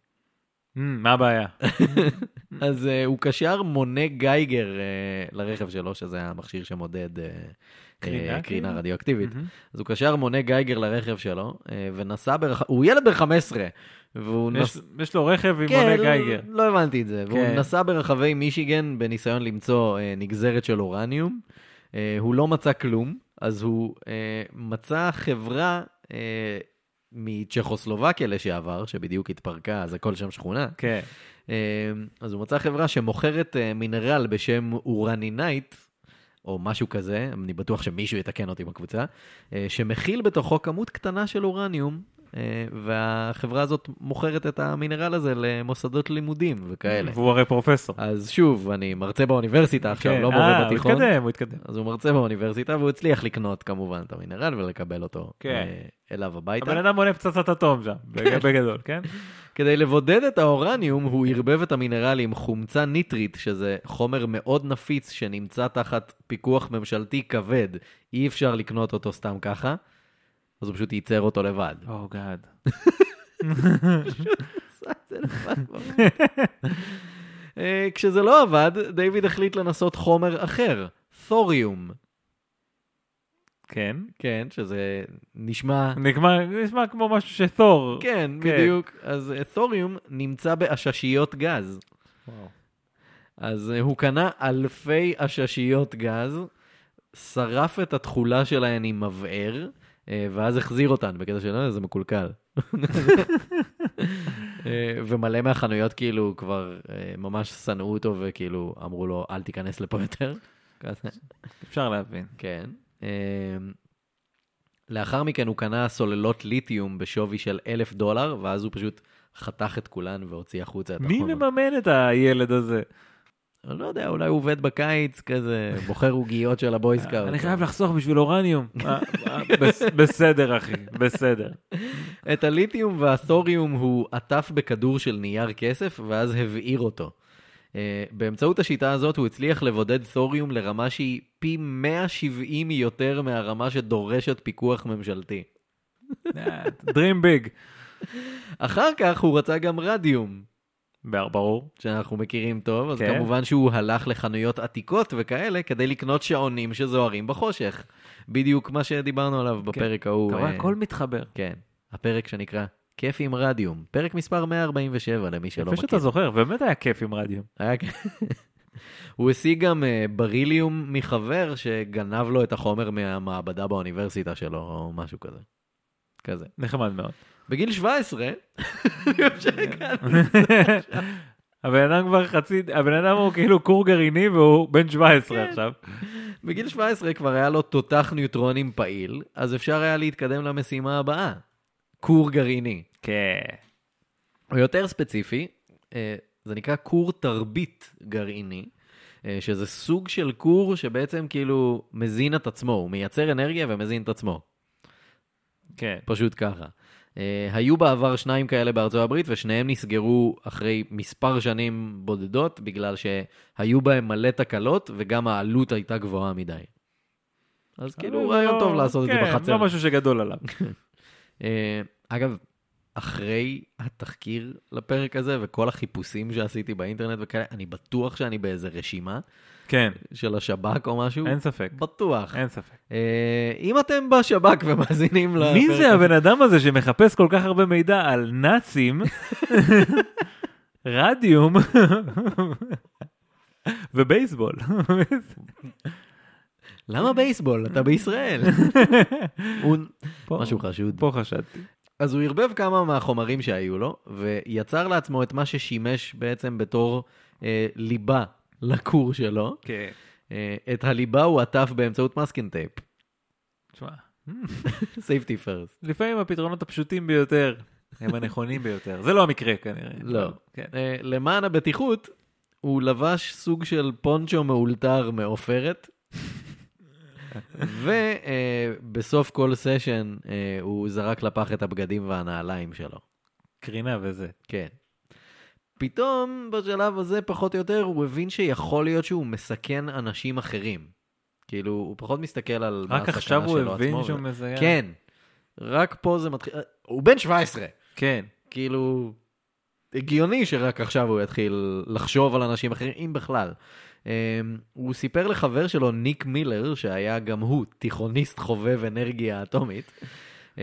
אמ, מה הבעיה? Mm. אז אה, הוא קשר מונה גייגר אה, לרכב שלו, שזה המכשיר שמודד אה, קרינה, אה, קרינה כאילו? רדיואקטיבית. אז הוא קשר מונה גייגר לרכב שלו, אה, ונסע ברח... הוא ילד בן 15, והוא יש- נס... יש לו רכב עם מונה גייגר. לא הבנתי את זה. והוא כן. נסע ברחבי מישיגן בניסיון למצוא אה, נגזרת של אורניום. אה, הוא לא מצא כלום, אז הוא אה, מצא חברה אה, מצ'כוסלובקיה לשעבר, שבדיוק התפרקה, אז הכל שם שכונה. כן. אה, אז הוא מצא חברה שמוכרת אה, מינרל בשם אורנינייט. או משהו כזה, אני בטוח שמישהו יתקן אותי בקבוצה, אה, שמכיל בתוכו כמות קטנה של אורניום, אה, והחברה הזאת מוכרת את המינרל הזה למוסדות לימודים וכאלה. והוא הרי פרופסור. אז שוב, אני מרצה באוניברסיטה עכשיו, כן, לא אה, מורה בתיכון. הוא התקדם, הוא התקדם. אז הוא מרצה באוניברסיטה, והוא הצליח לקנות כמובן את המינרל ולקבל אותו כן. אה, אליו הביתה. הבן אדם בונה פצצת אטום שם, בגדול, כן? כדי לבודד את האורניום, הוא ערבב את המינרל עם חומצה ניטרית, שזה חומר מאוד נפיץ שנמצא תחת פיקוח ממשלתי כבד. אי אפשר לקנות אותו סתם ככה, אז הוא פשוט ייצר אותו לבד. או גאד. עשה את זה לבד כבר. אה, כשזה לא עבד, דיוויד החליט לנסות חומר אחר, תוריום. כן. כן, שזה נשמע... נגמר- נשמע כמו משהו שתור. כן, כן. בדיוק. אז אה, תוריום נמצא בעששיות גז. וואו. אז אה, הוא קנה אלפי עששיות גז, שרף את התכולה שלהן עם מבער, אה, ואז החזיר אותן, בקטע של "אה, זה מקולקל. אה, ומלא מהחנויות כאילו כבר אה, ממש שנאו אותו וכאילו אמרו לו, אל תיכנס לפה יותר. כזה. אפשר להבין. כן. אמ, לאחר מכן הוא קנה סוללות ליתיום בשווי של אלף דולר, ואז הוא פשוט חתך את כולן והוציא החוצה את מי החומר. מממן את הילד הזה? אני לא יודע, אולי הוא עובד בקיץ כזה, בוחר עוגיות של הבויסקאוט. אני חייב לחסוך בשביל אורניום. אה, אה, בס- בסדר, אחי, בסדר. את הליתיום והתוריום הוא עטף בכדור של נייר כסף, ואז הבעיר אותו. אה, באמצעות השיטה הזאת הוא הצליח לבודד תוריום לרמה שהיא פי 170 יותר מהרמה שדורשת פיקוח ממשלתי. Dream big. אחר כך הוא רצה גם רדיום, בר- ברור. שאנחנו מכירים טוב, אז כן. כמובן שהוא הלך לחנויות עתיקות וכאלה כדי לקנות שעונים שזוהרים בחושך. בדיוק מה שדיברנו עליו בפרק ההוא. קרה, אה, הכל מתחבר. כן, הפרק שנקרא כיף עם רדיום, פרק מספר 147 למי שלא יפה שאתה לא מכיר. זוכר, באמת היה כיף עם רדיו. היה כ- הוא השיג גם אה, בריליום מחבר שגנב לו את החומר מהמעבדה באוניברסיטה שלו, או משהו כזה. כזה. נחמד מאוד. בגיל 17, הבן אדם כבר חצי, הבן אדם הוא כאילו כור גרעיני והוא בן 17 כן. עכשיו. בגיל 17 כבר היה לו תותח ניוטרונים פעיל, אז אפשר היה להתקדם למשימה הבאה. כור גרעיני. כן. או יותר ספציפי, אה, זה נקרא כור תרבית גרעיני, אה, שזה סוג של כור שבעצם כאילו מזין את עצמו, הוא מייצר אנרגיה ומזין את עצמו, כן. פשוט ככה. אה, היו בעבר שניים כאלה בארצות הברית, ושניהם נסגרו אחרי מספר שנים בודדות, בגלל שהיו בהם מלא תקלות, וגם העלות הייתה גבוהה מדי. אז כאילו אבל רעיון לא- טוב לעשות את זה כן, בחצר. לא משהו שגדול עליו. אה, אגב, אחרי התחקיר לפרק הזה וכל החיפושים שעשיתי באינטרנט וכאלה, אני בטוח שאני באיזה רשימה כן, של השב"כ או משהו. אין ספק. בטוח. אין ספק. אה, אם אתם בשב"כ ומאזינים לפרק... מי זה הזה- הבן אדם הזה שמחפש כל כך הרבה מידע על נאצים, רדיום ובייסבול? למה בייסבול? אתה בישראל. הוא... פה- משהו חשוד. פה חשדתי. אז הוא ערבב כמה מהחומרים שהיו לו, ויצר לעצמו את מה ששימש בעצם בתור אה, ליבה לכור שלו. כן. אה, את הליבה הוא עטף באמצעות מסקינג טייפ. תשמע, hmm, סייפטי פרסט. לפעמים הפתרונות הפשוטים ביותר הם הנכונים ביותר. זה לא המקרה כנראה. לא. כן. אה, למען הבטיחות, הוא לבש סוג של פונצ'ו מאולתר מעופרת. ובסוף אה, כל סשן אה, הוא זרק לפח את הבגדים והנעליים שלו. קרינה וזה. כן. פתאום, בשלב הזה, פחות או יותר, הוא הבין שיכול להיות שהוא מסכן אנשים אחרים. כאילו, הוא פחות מסתכל על מה רק הסכנה עכשיו שלו עצמו. הוא הבין ו- שהוא מזיין. כן. רק פה זה מתחיל... אה, הוא בן 17! כן. כאילו, הגיוני שרק עכשיו הוא יתחיל לחשוב על אנשים אחרים, אם בכלל. Um, הוא סיפר לחבר שלו, ניק מילר, שהיה גם הוא תיכוניסט חובב אנרגיה אטומית, uh,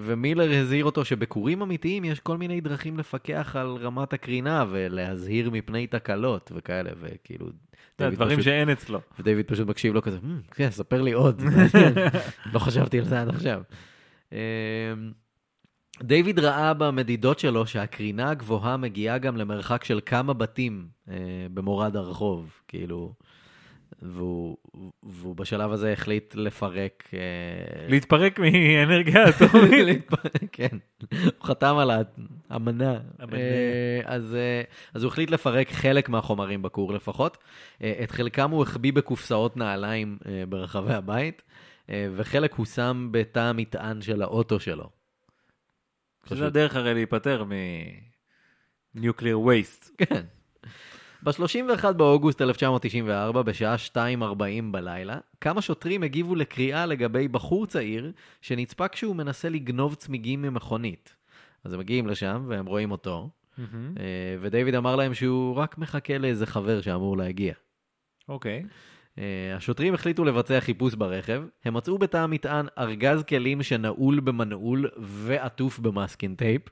ומילר הזהיר אותו שבכורים אמיתיים יש כל מיני דרכים לפקח על רמת הקרינה ולהזהיר מפני תקלות וכאלה, וכאילו... זה דיוויד הדברים פשוט- אה. שאין אצלו. ודייוויד פשוט מקשיב לו כזה, "מ, כן, ספר לי עוד. לא חשבתי על זה עד עכשיו. אמ, דיוויד ראה במדידות שלו שהקרינה הגבוהה מגיעה גם למרחק של כמה בתים אה, במורד הרחוב, כאילו, והוא, והוא בשלב הזה החליט לפרק... אה, להתפרק מאנרגיה אטומית. להתפ- כן, הוא חתם על האמנה. אמנה. אה, אז אה, אז הוא החליט לפרק חלק מהחומרים בכור לפחות. אה, את חלקם הוא החביא בקופסאות נעליים אה, ברחבי הבית, אה, וחלק הוא שם בתא המטען של האוטו שלו. שזה פשוט. הדרך הרי להיפטר מ... Nuclear Waste. כן. ב-31 באוגוסט 1994, בשעה 2:40 בלילה, כמה שוטרים הגיבו לקריאה לגבי בחור צעיר שנצפה כשהוא מנסה לגנוב צמיגים ממכונית. אז הם מגיעים לשם והם רואים אותו, אה, ודייוויד אמר להם שהוא רק מחכה לאיזה חבר שאמור להגיע. אוקיי. אה, השוטרים החליטו לבצע חיפוש ברכב, הם מצאו בתא המטען ארגז כלים שנעול במנעול ועטוף במאסקינג טייפ,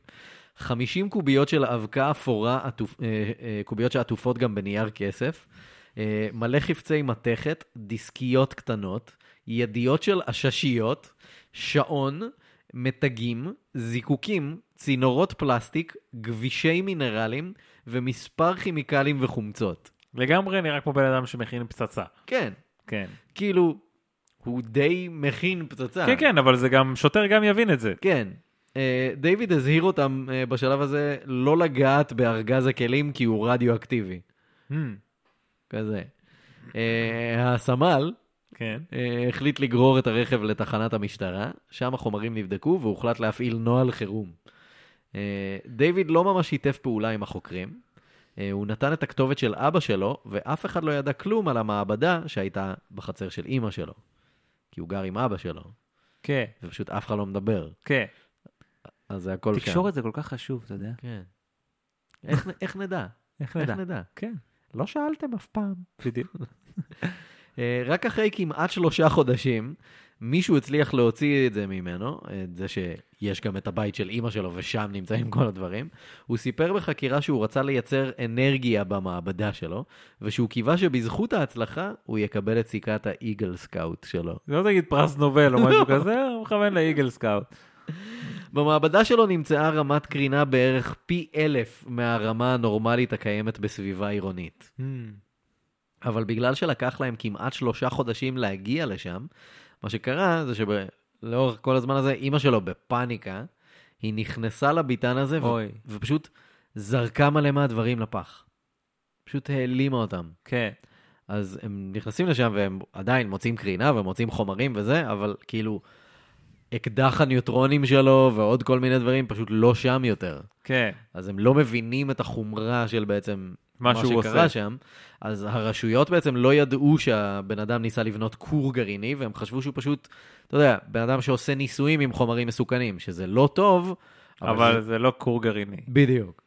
50 קוביות של אבקה אפורה, עטופ, אה, אה, קוביות שעטופות גם בנייר כסף, אה, מלא חפצי מתכת, דיסקיות קטנות, ידיות של עששיות, שעון, מתגים, זיקוקים, צינורות פלסטיק, גבישי מינרלים ומספר כימיקלים וחומצות. לגמרי נראה כמו בן אדם שמכין פצצה. כן, כן. כאילו, הוא די מכין פצצה. כן, כן, אבל זה גם, שוטר גם יבין את זה. כן. אה, דיוויד הזהיר אותם אה, בשלב הזה לא לגעת בארגז הכלים כי הוא רדיואקטיבי. Hmm, כזה. אה, הסמל כן. אה, החליט לגרור את הרכב לתחנת המשטרה, שם החומרים נבדקו והוחלט להפעיל נוהל חירום. אה, דיוויד לא ממש שיתף פעולה עם החוקרים. אה, הוא נתן את הכתובת של אבא שלו, ואף אחד לא ידע כלום על המעבדה שהייתה בחצר של אימא שלו. כי הוא גר עם אבא שלו. כן, ופשוט אף אחד לא מדבר, כן. אז זה הכל שם. תקשורת זה כל כך חשוב, אתה יודע. כן. איך, איך נדע? איך איך נדע? נדע? כן, לא שאלתם אף פעם. בדיוק. אה, רק אחרי כמעט שלושה חודשים, מישהו הצליח להוציא את זה ממנו, את זה שיש גם את הבית של אימא שלו ושם נמצאים כל הדברים. הוא סיפר בחקירה שהוא רצה לייצר אנרגיה במעבדה שלו, ושהוא קיווה שבזכות ההצלחה הוא יקבל את סיכת האיגל סקאוט שלו. לא תגיד פרס נובל או משהו כזה, הוא מכוון לאיגל סקאוט. במעבדה שלו נמצאה רמת קרינה בערך פי אלף מהרמה הנורמלית הקיימת בסביבה עירונית. אבל בגלל שלקח להם כמעט שלושה חודשים להגיע לשם, מה שקרה זה שלאורך כל הזמן הזה, אימא שלו בפאניקה, היא נכנסה לביתן הזה ו- אוי, ופשוט זרקה מלא מהדברים לפח. פשוט העלימה אותם. כן. אז הם נכנסים לשם והם עדיין מוצאים קרינה ומוצאים חומרים וזה, אבל כאילו, אקדח הניוטרונים שלו ועוד כל מיני דברים פשוט לא שם יותר. כן, אז הם לא מבינים את החומרה של בעצם מה שהוא מה שקרה עושה. שם. אז הרשויות בעצם לא ידעו שהבן אדם ניסה לבנות כור גרעיני, והם חשבו שהוא פשוט, אתה יודע, בן אדם שעושה ניסויים עם חומרים מסוכנים, שזה לא טוב, אבל... אבל זה... זה לא כור גרעיני. בדיוק.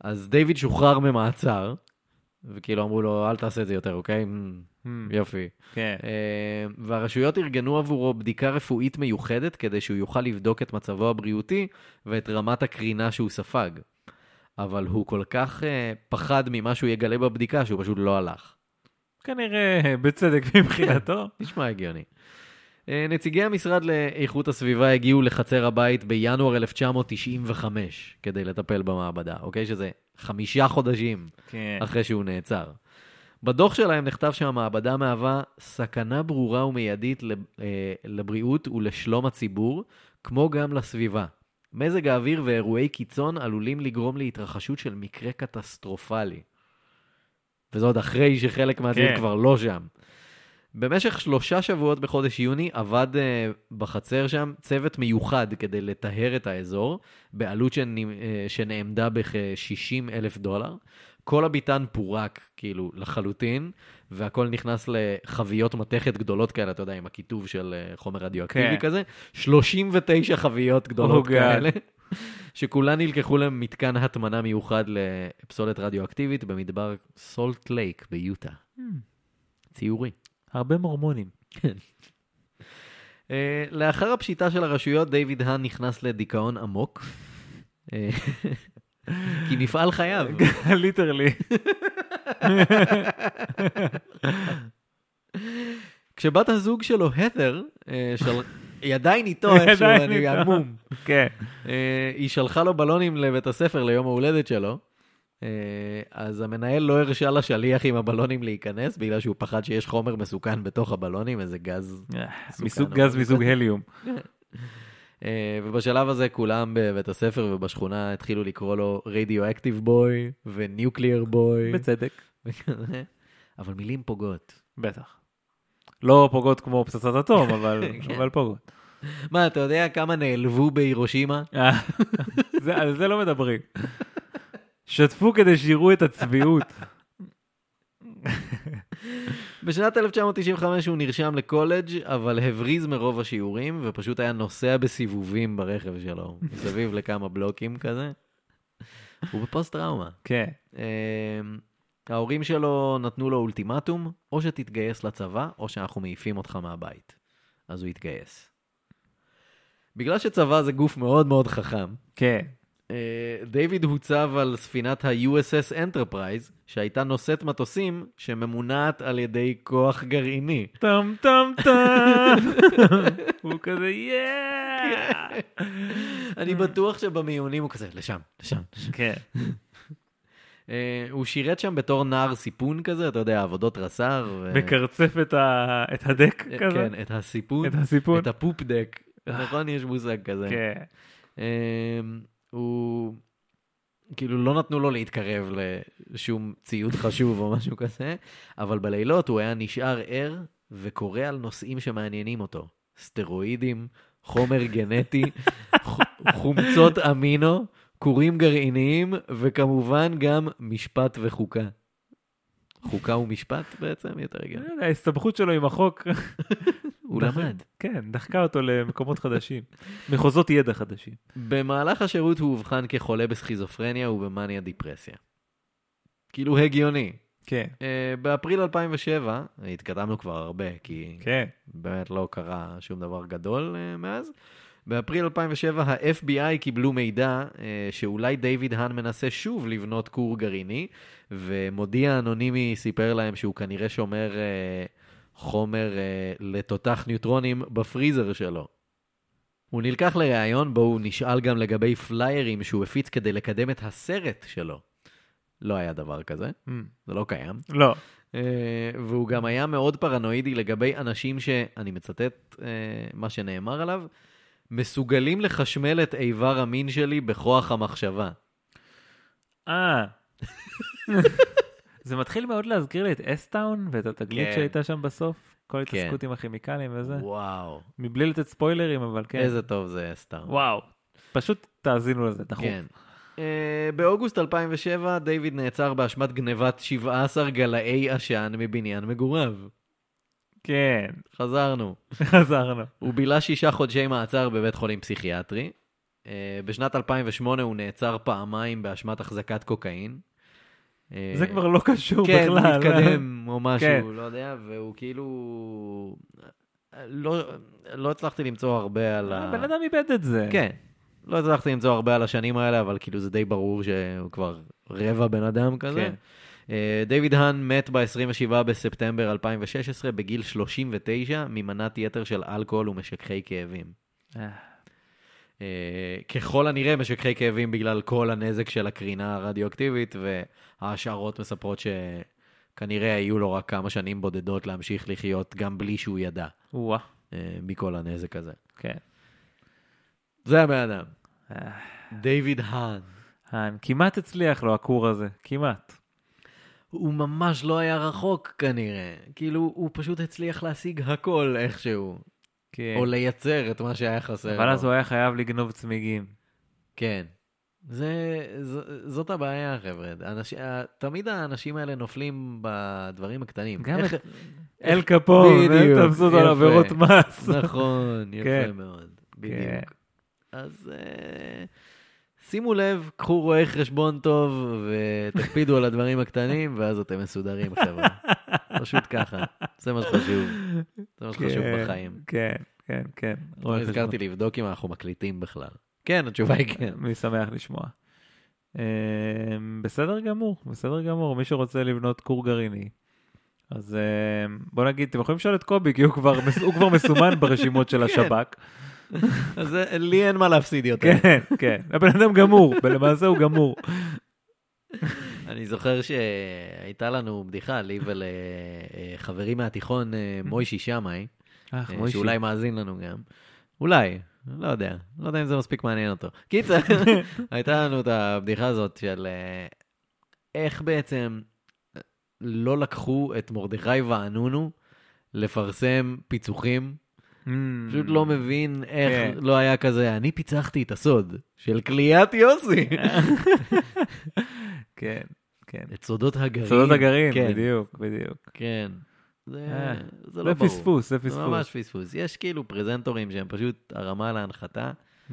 אז דיוויד שוחרר ממעצר, וכאילו אמרו לו, אל תעשה את זה יותר, אוקיי? "מ, Hmm, יופי. כן. אה, והרשויות ארגנו עבורו בדיקה רפואית מיוחדת כדי שהוא יוכל לבדוק את מצבו הבריאותי ואת רמת הקרינה שהוא ספג. אבל הוא כל כך אה, פחד ממה שהוא יגלה בבדיקה שהוא פשוט לא הלך. כנראה בצדק מבחינתו. נשמע הגיוני. אה, נציגי המשרד לאיכות הסביבה הגיעו לחצר הבית בינואר 1995 כדי לטפל במעבדה, אוקיי? שזה חמישה חודשים כן. אחרי שהוא נעצר. בדוח שלהם נכתב שהמעבדה מהווה סכנה ברורה ומיידית לב- אה, לבריאות ולשלום הציבור, כמו גם לסביבה. מזג האוויר ואירועי קיצון עלולים לגרום להתרחשות של מקרה קטסטרופלי. וזה עוד אחרי שחלק מהדברים כן. כן. כבר לא שם. במשך שלושה שבועות בחודש יוני עבד אה, בחצר שם צוות מיוחד כדי לטהר את האזור, בעלות שנ, אה, שנאמדה בכ-60 אלף דולר. כל הביתן פורק, כאילו, לחלוטין, והכל נכנס לחביות מתכת גדולות כאלה, אתה יודע, עם הכיתוב של אה, חומר רדיואקטיבי כן. כן. כזה. 39 חביות גדולות Oh oh God. כאלה, שכולן נלקחו למתקן הטמנה מיוחד לפסולת רדיואקטיבית במדבר סולט לייק ביוטה. ציורי. הרבה מורמונים. אה, לאחר הפשיטה של הרשויות, דיוויד האן נכנס לדיכאון עמוק. אה, כי מפעל חייו. ליטרלי. כשבת הזוג שלו, הת'ר, אה, של... היא עדיין איתו איכשהו, עדיין לא, אני איתו. המום. כן. אה, היא שלחה לו בלונים לבית הספר ליום ההולדת שלו, אה, אה, אז המנהל לא הרשה לשליח עם הבלונים להיכנס, בגלל שהוא פחד שיש חומר מסוכן בתוך הבלונים, איזה גז. אה, מסוכן, מסוג אבל גז בסדר. מסוג הליום. אה, ובשלב הזה כולם בבית הספר ובשכונה התחילו לקרוא לו רדיואקטיב בוי וניוקליאר בוי. בצדק. וכזה. אבל מילים פוגעות. בטח. לא פוגעות כמו פצצת אטום, אבל כן. אבל פוגעות. מה, אתה יודע כמה נעלבו בהירושימה? אה, זה- על זה לא מדברים. שתפו כדי שיראו את הצביעות. בשנת 1995 הוא נרשם לקולג', אבל הבריז מרוב השיעורים, ופשוט היה נוסע בסיבובים ברכב שלו, מסביב לכמה בלוקים כזה. הוא בפוסט-טראומה. כן. אה, ההורים שלו נתנו לו אולטימטום, או שתתגייס לצבא, או שאנחנו מעיפים אותך מהבית. אז הוא התגייס. בגלל שצבא זה גוף מאוד מאוד חכם, כן. אה, דיוויד הוצב על ספינת ה-USS Enterprise, שהייתה נושאת מטוסים שממונעת על ידי כוח גרעיני. טם טם טם. הוא כזה יאה. אה. אני בטוח שבמיונים הוא כזה, לשם, לשם. כן. אה, הוא שירת שם בתור נער סיפון כזה, אתה יודע, עבודות רס"ר. ו- מקרצף את ה- את הדק אה, כזה. כן, את הסיפון. את הסיפון. אה. את הפופ דק. נכון, יש מושג כזה. כן. אמ, הוא... כאילו לא נתנו לו להתקרב לשום ציוד חשוב או משהו כזה, אבל בלילות הוא היה נשאר ער וקורא על נושאים שמעניינים אותו. סטרואידים, חומר גנטי, ח- חומצות אמינו, כורים גרעיניים, וכמובן גם משפט וחוקה. חוקה ומשפט בעצם? יותר אני הגיוני. לא יודע, ההסתבכות שלו עם החוק. הוא למד. כן, דחקה אותו למקומות חדשים. מחוזות ידע חדשים. במהלך השירות הוא אובחן כחולה בסכיזופרניה ובמאניה דיפרסיה. כאילו הגיוני. כן. אה, באפריל 2007, התקדמנו כבר הרבה, כי כן. באמת לא קרה שום דבר גדול אה, מאז, באפריל 2007 ה-FBI קיבלו מידע אה, שאולי דיוויד האן מנסה שוב לבנות כור גרעיני, ומודיע אנונימי סיפר להם שהוא כנראה שומר אה, חומר אה, לתותח ניוטרונים בפריזר שלו. הוא נלקח לראיון בו הוא נשאל גם לגבי פליירים שהוא הפיץ כדי לקדם את הסרט שלו. לא היה דבר כזה, Mm. זה לא קיים. לא. אה, והוא גם היה מאוד פרנואידי לגבי אנשים ש... אני מצטט אה, מה שנאמר עליו, מסוגלים לחשמל את איבר המין שלי בכוח המחשבה. אה. זה מתחיל מאוד להזכיר לי את אסטאון ואת התגלית כן. שהייתה שם בסוף. כל כן. התעסקות עם הכימיקלים וזה. וואו, מבלי לתת ספוילרים, אבל כן. איזה טוב זה סתם. וואו. פשוט תאזינו לזה, דחוף. כן. אה, באוגוסט 2007 דיוויד נעצר באשמת גנבת 17 גלאי עשן מבניין מגוריו. כן. חזרנו. חזרנו. הוא בילה שישה חודשי מעצר בבית חולים פסיכיאטרי. אה, בשנת 2008 הוא נעצר פעמיים באשמת החזקת קוקאין. אה, זה כבר לא קשור כן, בכלל. כן, מתקדם או משהו, כן. לא יודע, והוא כאילו... לא, לא הצלחתי למצוא הרבה על ה... הבן אה, אדם איבד את זה. כן. לא הצלחתי למצוא הרבה על השנים האלה, אבל כאילו זה די ברור שהוא כבר רבע בן אדם כזה. כן. אה, דיוויד האן מת ב-27 בספטמבר 2016 בגיל 39 ממנת יתר של אלכוהול ומשככי כאבים. אה, אה, ככל הנראה משככי כאבים בגלל כל הנזק של הקרינה הרדיואקטיבית, וההשערות מספרות שכנראה היו לו רק כמה שנים בודדות להמשיך לחיות גם בלי שהוא ידע וואה. אה, מכל הנזק הזה. כן. זה הבן אדם, אה, דיוויד האן. האן, כמעט הצליח לו הכור הזה. כמעט. הוא ממש לא היה רחוק כנראה, כאילו הוא פשוט הצליח להשיג הכל איכשהו, כן. או לייצר את מה שהיה חסר לו. אבל אז הוא היה חייב לגנוב צמיגים. כן. זה, ז, זאת הבעיה, חבר'ה. אנש, ה- תמיד האנשים האלה נופלים בדברים הקטנים. גם איך- את אל קפון, בדיוק, הם תפסו אותו על יפה. עבירות מס. נכון, יפה כן. מאוד. כן. בדיוק. אז אה, שימו לב, קחו רואה חשבון טוב ותקפידו על הדברים הקטנים, ואז אתם מסודרים, חבר'ה. פשוט ככה. זה מה שחשוב. זה מה שחשוב כן, בחיים. לא כן, כן, כן. רואה חשבון. הזכרתי לבדוק אם אנחנו מקליטים בכלל. כן, התשובה היא כן. אני שמח לשמוע. אמ, בסדר גמור, בסדר גמור. מי שרוצה לבנות כור גרעיני, אז אמ, בוא נגיד, אתם יכולים לשאול את קובי, כי הוא כבר מס- הוא כבר מסומן ברשימות כן. של השב"כ. אז זה- לי אין מה להפסיד יותר. כן, כן. הבן אדם גמור, ולמעשה הוא גמור. אני זוכר שהייתה לנו בדיחה, לי ולחברי מהתיכון, אה, מוישי שמאי, אך, אה, מוישי. שאולי מאזין לנו גם. אולי, לא יודע, לא יודע אם זה מספיק מעניין אותו. קיצר, הייתה לנו את הבדיחה הזאת של אה, איך בעצם לא לקחו את מרדכי ואנונו לפרסם פיצוחים. Mm. פשוט לא מבין איך כן. לא היה כזה, אני פיצחתי את הסוד של כליאת יוסי. כן, כן. את סודות הגרעין. סודות הגרעין, כן, בדיוק, בדיוק. כן. זה אה, זה לא זה ברור. פספוס, זה זה ממש פספוס. פספוס. יש כאילו פרזנטורים שהם פשוט הרמה להנחתה. Mm.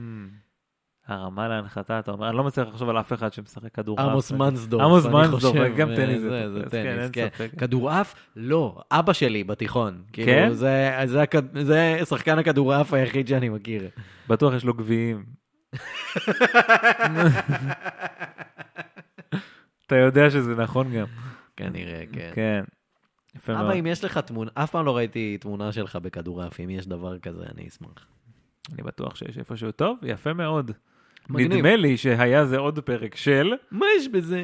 אה, הרמה להנחתה, אתה אומר, אני לא מצליח לחשוב על אף אחד שמשחק כדורעף. עמוס מנסדורף, עמוס אני מנסדורף, חושב, גם אה, טניס זה זה- טופס, זה כן, טניס, אין כן. ספק. כדורעף, לא, אבא שלי בתיכון. כאילו, כן? זה- זה הכד- זה שחקן הכדורעף היחיד שאני מכיר. בטוח יש לו גביעים. אתה יודע שזה נכון גם. כנראה, כן. כן. יפה מאוד. אבא, אם יש לך תמונה, אף פעם לא ראיתי תמונה שלך בכדורעף, אם יש דבר כזה, אני אשמח. אני בטוח שיש איפשהו טוב, יפה מאוד. מגניב. נדמה לי שהיה זה עוד פרק של, מה יש בזה?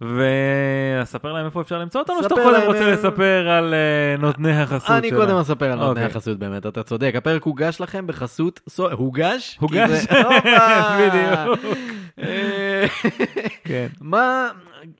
ואספר להם איפה אפשר למצוא אותנו, שאתה ספר קודם להם- רוצה לספר על אה, נותני החסות שלנו. אני קודם אספר על נותני אוקיי. החסות באמת, אתה צודק. הפרק הוגש לכם בחסות... סו- הוגש? כי הוגש. זה- הופה! בדיוק. אה, כן. מה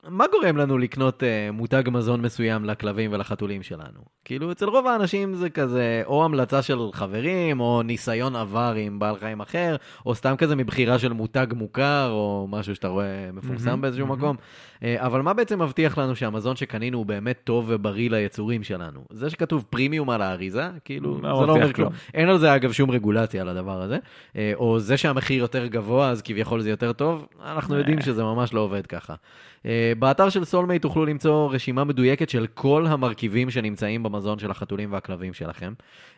מה גורם לנו לקנות אה, מותג מזון מסוים לכלבים ולחתולים שלנו? כאילו, אצל רוב האנשים זה כזה או המלצה של חברים, או ניסיון עבר עם בעל חיים אחר, או סתם כזה מבחירה של מותג מוכר, או משהו שאתה רואה מפורסם מהמם, באיזשהו מהמם. מקום. אה, אבל מה בעצם מבטיח לנו שהמזון שקנינו הוא באמת טוב ובריא ליצורים שלנו? זה שכתוב פרימיום על האריזה, כאילו, לא זה לא אומר מבטיח כלום. כלום. אין על זה, אגב, שום רגולציה על הדבר הזה. אה, או זה שהמחיר יותר גבוה, אז כביכול זה יותר טוב, אנחנו אה. יודעים שזה ממש לא עובד ככה. אה, באתר של סולמייט תוכלו למצוא רשימה מדויקת של כל המרכיבים שנמצאים במזון של החתולים והכלבים שלכם,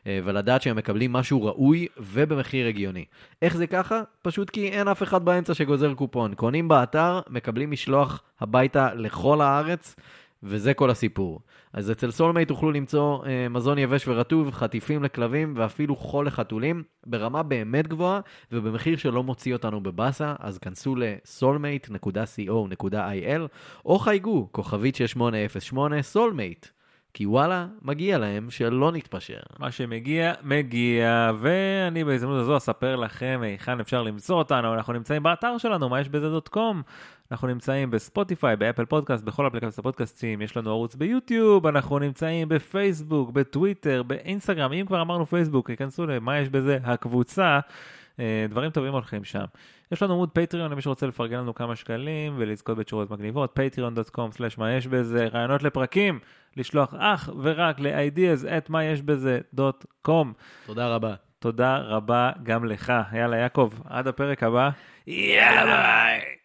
אה, ולדעת שהם מקבלים משהו ראוי ובמחיר הגיוני. איך זה ככה? פשוט כי אין אף אחד באמצע שגוזר קופון. קונים באתר, מקבלים משלוח הביתה לכל הארץ, וזה כל הסיפור. אז אצל סולמייט תוכלו למצוא אה, מזון יבש ורטוב, חטיפים לכלבים ואפילו חול לחתולים, ברמה באמת גבוהה ובמחיר שלא מוציא אותנו בבאסה, אז כנסו ל-soulmate.co.il או חייגו, כוכבית 6808, סולמייט. כי וואלה, מגיע להם שלא נתפשר. מה שמגיע, מגיע, ואני בהזדמנות הזו אספר לכם היכן אפשר למצוא אותנו. אנחנו נמצאים באתר שלנו, מה יש בזה דוט קום. אנחנו נמצאים בספוטיפיי, באפל פודקאסט, בכל אפליקציות הפודקאסטים, יש לנו ערוץ ביוטיוב, אנחנו נמצאים בפייסבוק, בטוויטר, באינסטגרם, אם כבר אמרנו פייסבוק, היכנסו למה יש בזה, הקבוצה, אה, דברים טובים הולכים שם. יש לנו עמוד פטריון למי שרוצה לפרגן לנו כמה שקלים ולזכות בתשורות מגניבות, patreon.com/מה יש בזה, רעיונות לפרקים, לשלוח אך ורק ל-ideas at מה יש בזה דוט קום. תודה רבה. תודה רבה גם לך. יאללה, יעקב, עד הפרק הבא. יאללה ביי!